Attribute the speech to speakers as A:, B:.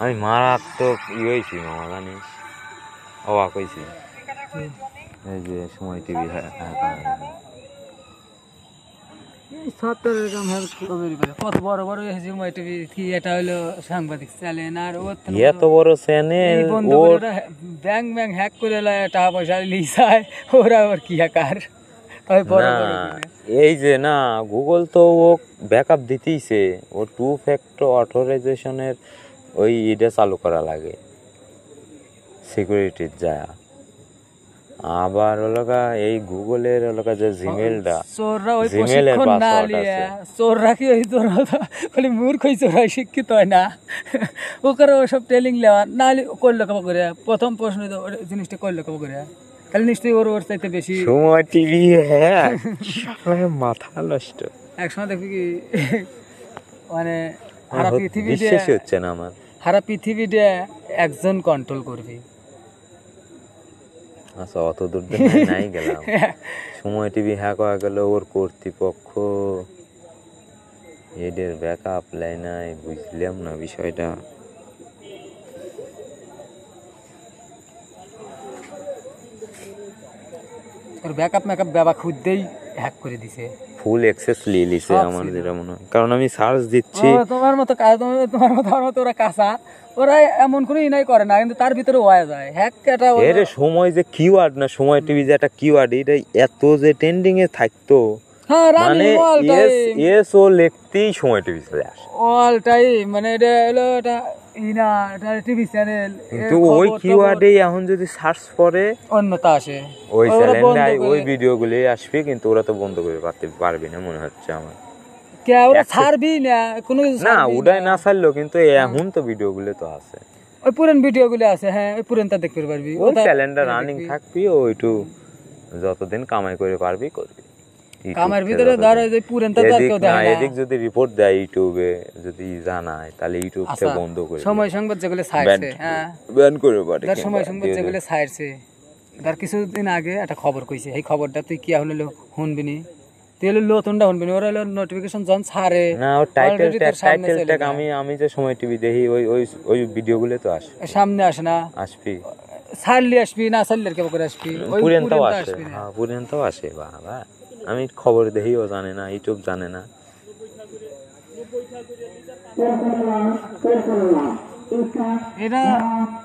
A: আমি মারাত্মক ই হয়েছি মামা জানি অবাক হয়েছি এই যে সময় টিভি
B: এই সত্তর এরকম ভাবে খবরই পাই। কত বড় বড় হয়েছে উমাই টিভি কি এটা হলো সাংবাদিক চ্যানেল আর ও তো-
A: এত বড় চ্যানেল
B: এই বন্ধু
A: ইয়ে ওর
B: ব্যাংক ব্যাংক হ্যাক করে লয়, টাকা পয়সা লিসায় ওরা ওর কি আকার ওই বড় বড়
A: না, এই যে না গুগল তো ও ব্যাকআপ দিতেইছে ও টু ফ্যাক্টর অথরাইজেশনের ওই এটা চালু করা লাগে সিকিউরিটির যায় আবার ওলাকা এই গুগলের ওলাকা যে জিমেলটা
B: চোররা ওই
A: Gmail এর
B: প্রশিক্ষণ না
A: password
B: লিয়ে
A: আছে।
B: চোররা কি ওই চোর বলে মূর্খই চোর হয় শিক্ষিত হয় না ওকার সব ট্রেলিং লেওয়া না লি- করলো কবা করে প্রথম প্রশ্ন তো ওর জিনিসটা করলো কবা করে তাহলে নিশ্চয়ই ওর ওর চাইতে বেশি
A: সময় টিভি হ্যাঁ মাথা নষ্ট
B: একসময় দেখবি কি মানে সারা
A: আমার
B: পৃথিবী দিয়ে
A: বিশ্বাসই হচ্ছে না আমার
B: সারা পৃথিবী দিয়ে একজন কন্ট্রোল করবি
A: আচ্ছা অত দূর দিয়ে নাই- নাই গেলাম সময় টিভি হ্যাক হয়ে গেল ওর কর্তৃপক্ষ এদের ব্যাকআপ লেয় নাই বুঝলাম না বিষয়টা
B: ওর ব্যাকআপ ম্যাকআপ বাবা খুদ্দেই হ্যাক করে দিছে
A: ফুল অ্যাক্সেস লিয়ে লিছে
B: সব
A: আমার
B: ছিল।
A: যেটা মনে হয় কারণ আমি সার্চ দিচ্ছি
B: ও, তোমার মতো কা- তোমার- তোমার মতো আমার মতো ওরা কাঁচা ওরা এমন কোনো ইনাই করে না কিন্তু তার ভিতরে ওয়া যায় হ্যাক এটা ওরা-
A: এর সময় যে কিওয়ার্ড না সময় টিভি যে একটা কিওয়ার্ড এটা এত যে ট্রেন্ডিং এ থাকতো
B: হ্যাঁ
A: মানে
B: রানি অল
A: এস
B: টাইম
A: এস ও লিখতেই সময় টিভি চলে আসে
B: অল টাইম মানে এটা হলো এটা ইনা এটা টিভি চ্যানেল
A: কিন্তু ওই কিওয়ার্ডে এখন যদি সার্চ করে
B: অন্যতা আসে
A: ওই
B: ওরা বন্ধ
A: স্যালেন্ডাই ওই
B: করে।
A: ভিডিওগুলি আসবে কিন্তু ওরা তো বন্ধ করে পারতে পারবে না মনে হচ্ছে আমার
B: কে ওরা ছাড়বি না হ্যাঁ। কোনো কিছু
A: না
B: ছাড়বি
A: ওটাই না ছাড়লো কিন্তু এই এখন তো ভিডিওগুলো তো আছে
B: ওই পুরান ভিডিও গুলো আছে হ্যাঁ ওই পুরানটা দেখতে পারবি
A: ওই
B: ওটা- মানে
A: স্যালেন্ডার রানিং থাকবি ওইটু যতদিন কামাই করে পারবি করবি
B: কামের
A: ইউটিউবকে
B: ভিতরে
A: যতদিন-
B: ধরো যে পুরানটা তো আর
A: এদিক
B: কেউ
A: না,
B: দেখে না
A: এদিক যদি রিপোর্ট দেয় ইউটিউবে যদি জানায় তাহলে ইউটিউবকে
B: আচ্ছা,
A: বন্ধ করে
B: সময় সংবাদ যেগুলো ছাড়ছে হ্যাঁ
A: ব্যান করে পারে
B: তার সময়
A: কিংবা
B: সংবাদ
A: দিয়ে
B: যেগুলো ছাড়ছে তার কিছুদিন আগে একটা খবর কইছে এই খবরটা তুই কি হলো শুনবি নি তুই হলো লোতনটা শুনবি নি ওরা হলো নোটিফিকেশন যখন ছাড়ে
A: দেয়। না ওর টাইটেল
B: already
A: ট্যাগ
B: তোর সামনে
A: টাইটেল
B: চলে
A: ট্যাগ
B: যায়।
A: আমি আমি যে সময় টিভি দেখি ওই ওই ওই ভিডিওগুলো তো আস
B: সামনে আসে না
A: আসবি
B: ছাড়লি আসবি না ছাড়লি আর কেবল করে আসবি ওই
A: পুরেনটাও
B: পুরানটা
A: আসে
B: আসবি না
A: হ্যাঁ পুরেনটাও আসে বাবা আমি খবর দেখি ও জানে না ইউটিউব জানে না
B: এটা